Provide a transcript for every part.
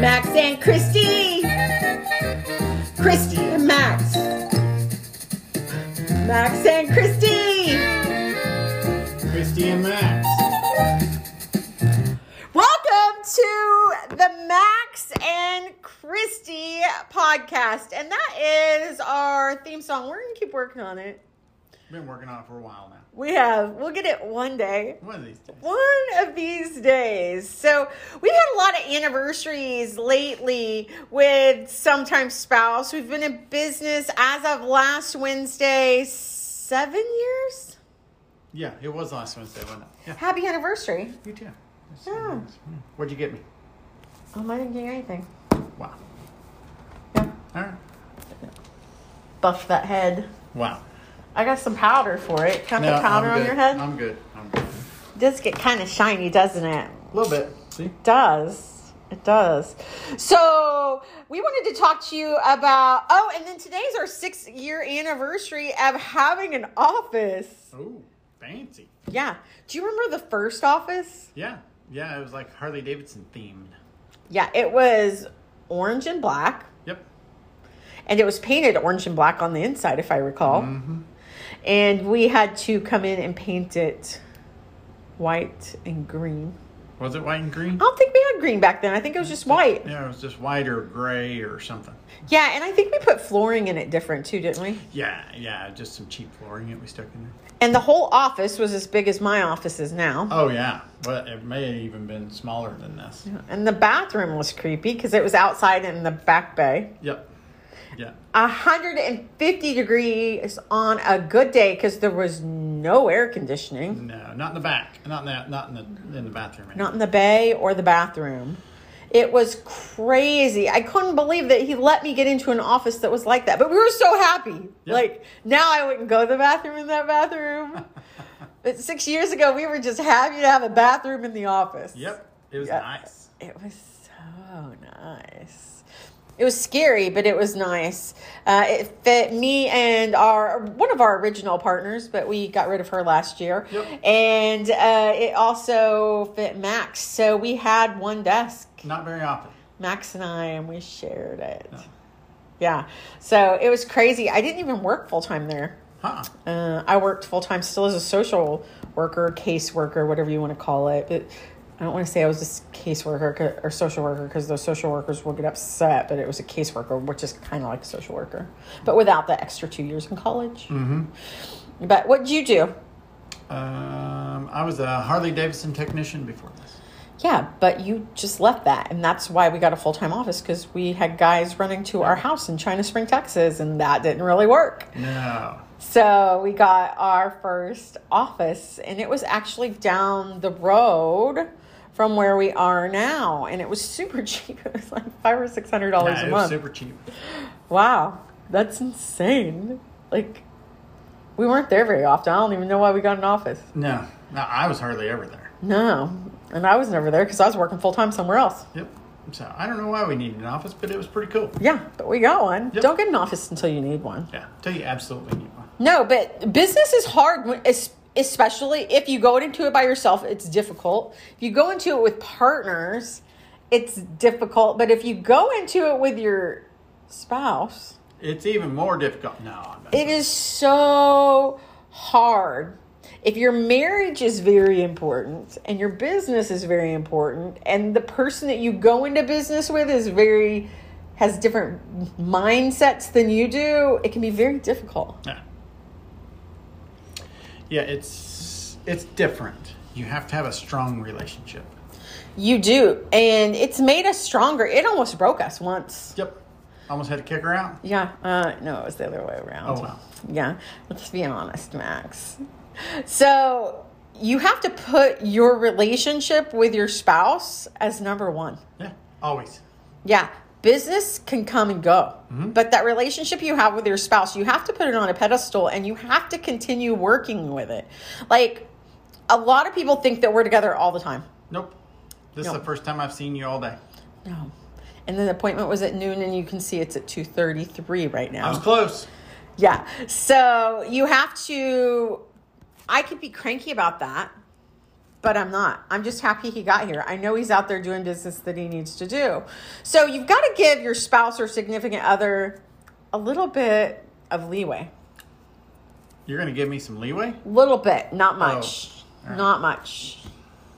Max and Christy. Christy and Max. Max and Christy. Christy and Max. Welcome to the Max and Christy podcast. And that is our theme song. We're going to keep working on it. Been working on it for a while now. We have, we'll get it one day. One of these days. One of these days. So we've had a lot of anniversaries lately with sometimes spouse. We've been in business as of last Wednesday, seven years. Yeah, it was last Wednesday, wasn't it? Yeah, Happy anniversary. you too. That's- Yeah. What'd you get me? Oh, I didn't get you anything. Wow. Yeah. All right. Buff that head. Wow. I got some powder for it. Can I put powder I'm on good. your head? I'm good. I'm good. It does get kind of shiny, doesn't it? A little bit. See? does. It does. So we wanted to talk to you about oh, and then today's our six year anniversary of having an office. Oh, fancy. Yeah. Do you remember the first office? Yeah. Yeah, it was like Harley Davidson themed. Yeah, it was orange and black. Yep. And it was painted orange and black on the inside, if I recall. Mm-hmm. And we had to come in and paint it white and green. Was it white and green? I don't think we had green back then. I think it was just white. Yeah, it was just white or gray or something. Yeah, and I think we put flooring in it different too, didn't we? Yeah, yeah, just some cheap flooring that we stuck in there. And the whole office was as big as my office is now. Oh yeah, well, it may have even been smaller than this. And the bathroom was creepy because it was outside in the back bay. Yep. Yeah. 150 degrees on a good day because there was no air conditioning, No, not in the back. Not in that. Not in the in the bathroom. area. not in the bay or the bathroom. It was crazy. I couldn't believe that he let me get into an office that was like that. But we were so happy. Yeah. Like now I wouldn't go to the bathroom in that bathroom. but six years ago, we were just happy to have a bathroom in the office. Yep. It was Yeah. nice. It was so nice. It was scary, but it was nice. Uh, it fit me and our one of our original partners, but we got rid of her last year. Yep. And uh, it also fit Max. So we had one desk, Not very often. Max and I, and we shared it. Yeah. Yeah. So it was crazy. I didn't even work full time there. Huh? Uh, I worked full time still as a social worker, caseworker, whatever you want to call it. But I don't want to say I was a s- caseworker c- or social worker because those social workers will get upset. But it was a caseworker, which is kind of like a social worker, but without the extra two years in college. Mm-hmm. But what did you do? Um, I was a Harley Davidson technician before this. Yeah, but you just left that, and that's why we got a full time office because we had guys running to our house in China Spring, Texas, and that didn't really work. No. So we got our first office, and it was actually down the road from where we are now, and it was super cheap. It was like five or six hundred dollars Yeah, a it was month. super cheap. wow, that's insane! Like, we weren't there very often. I don't even know why we got an office. No. No, I was hardly ever there. No, and I was never there because I was working full time somewhere else. Yep. So I don't know why we needed an office, but it was pretty cool. Yeah, but we got one. Yep. Don't get an office until you need one. Yeah. Tell you absolutely need one. No, but business is hard, when- es- especially if you go into it by yourself, it's difficult. If you go into it with partners, it's difficult. But if you go into it with your spouse, It's even more difficult. No. I'm not. it is so hard. If your marriage is very important and your business is very important and the person that you go into business with is very has different mindsets than you do, it can be very difficult. Yeah. Yeah, it's it's different. You have to have a strong relationship. You do. And it's made us stronger. It almost broke us once. Yep. Almost had to kick her out. Yeah. Uh, no, it was the other way around. Oh, wow. Yeah. Let's be honest, Max. So you have to put your relationship with your spouse as number one. Yeah. Always. Yeah. Business can come and go, Mm-hmm. but that relationship you have with your spouse, you have to put it on a pedestal and you have to continue working with it. Like, a lot of people think that we're together all the time. Nope. This is No. the first time I've seen you all day. No. Oh. And the appointment was at noon, and you can see it's at 2.33 right I was now. close. Yeah. So you have to, I could be cranky about that. but I'm not. I'm just happy he got here. I know he's out there doing business that he needs to do. So you've got to give your spouse or significant other a little bit of leeway. You're going to give me some leeway? Little bit, not much. Oh. all right. Not much.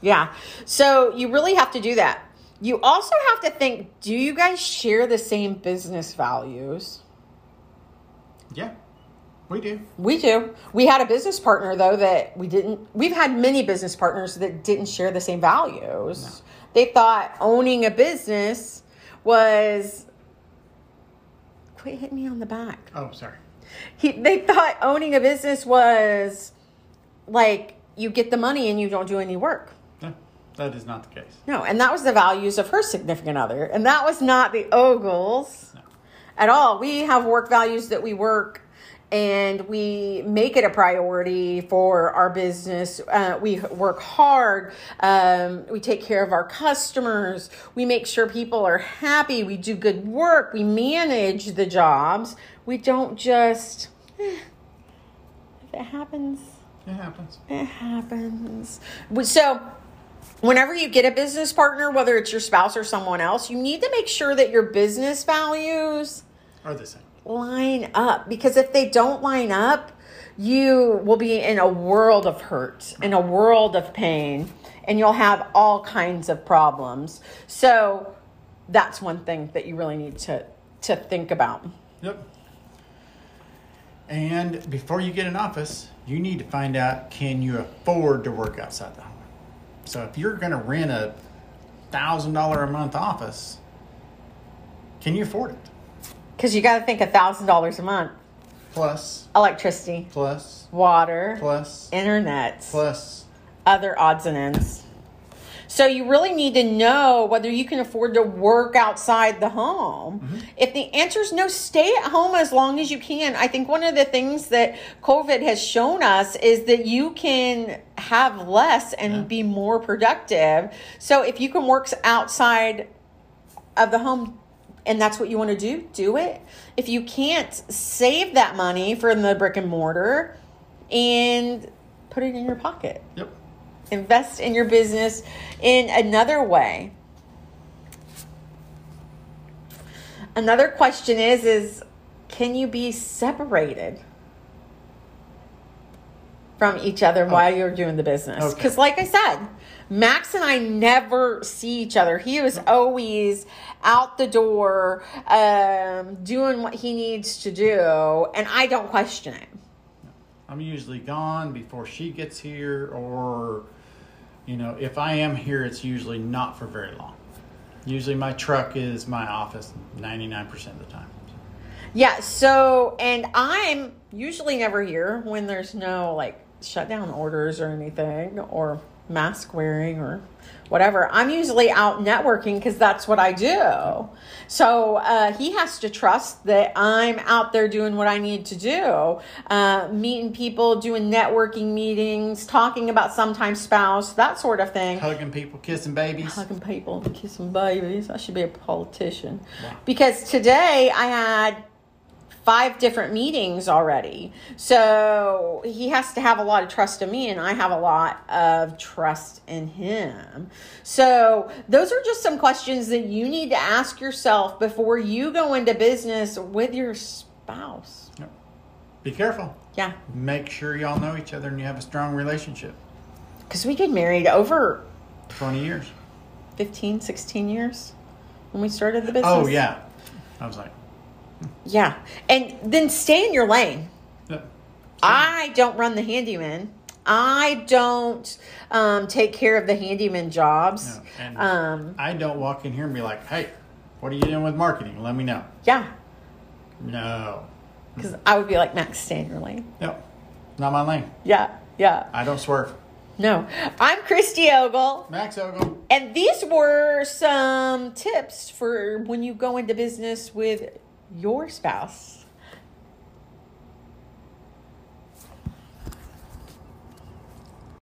Yeah. So you really have to do that. You also have to think do you guys share the same business values? Yeah, we do. We do. We had a business partner though that we didn't. We've had many business partners that didn't share the same values. They thought owning a business was. Quit hitting me on the back. Oh, sorry. He, they thought owning a business was like you get the money and you don't do any work. No, that is not the case. No, and that was the values of her significant other, and that was not the Ogles No. at all. We have work values that we work and we make it a priority for our business. Uh, we work hard. Um, we take care of our customers. We make sure people are happy. We do good work. We manage the jobs. We don't just, eh, if it happens, It happens. it happens. But So, whenever you get a business partner, whether it's your spouse or someone else, you need to make sure that your business values Or the same. line up because if they don't line up, you will be in a world of hurt, in a world of pain, and you'll have all kinds of problems. So, that's one thing that you really need to to think about. Yep. And before you get an office, you need to find out can you afford to work outside the home. So if you're going to rent a thousand dollar a month office, can you afford it? Cuz you got to think $1000 a month, Plus, electricity, plus, water, plus, internet, plus. other odds and ends. So you really need to know whether you can afford to work outside the home. If the answer is no, stay at home as long as you can. I think one of the things that COVID has shown us is that you can have less and be more productive. So if you can work outside of the home and that's what you want to do, do it. If you can't save that money from the brick and mortar and put it in your pocket Yep. invest in your business in another way another question is is can you be separated from each other while you're doing the business Okay. because like i said max and i never see each other he was always out the door um, doing what he needs to do and i don't question it I'm usually gone before she gets here, or, you know, if I am here, it's usually not for very long. Usually my truck is my office 99% of the time. Yeah, so and I'm usually never here when there's no like shutdown orders or anything or mask wearing or whatever. I'm usually out networking cuz that's what I do. So, uh he has to trust that I'm out there doing what I need to do. Uh meeting people, doing networking meetings, talking about sometimes spouse, that sort of thing Hugging people, kissing babies. hugging people and kissing babies. I should be a politician. Wow. Because today I had five different meetings already. So he has to have a lot of trust in me, and I have a lot of trust in him. So those are just some questions that you need to ask yourself before you go into business with your spouse. Yep. Be careful. Yeah. Make sure y'all know each other and you have a strong relationship. Because we get married over 20 years. 15, 16 years when we started the business. Oh, yeah. I was like, Yeah. And then stay in your lane. yep. I don't run the handyman. I don't um, take care of the handyman jobs. No, and- um, I don't walk in here and be like, hey, what are you doing with marketing? Let me know. yeah, No. because I would be like Max, stay in your lane. Yep. Not my lane. Yeah, yeah. I don't swerve. No, I'm Christy Ogle, Max Ogle. and these were some tips for when you go into business with your spouse.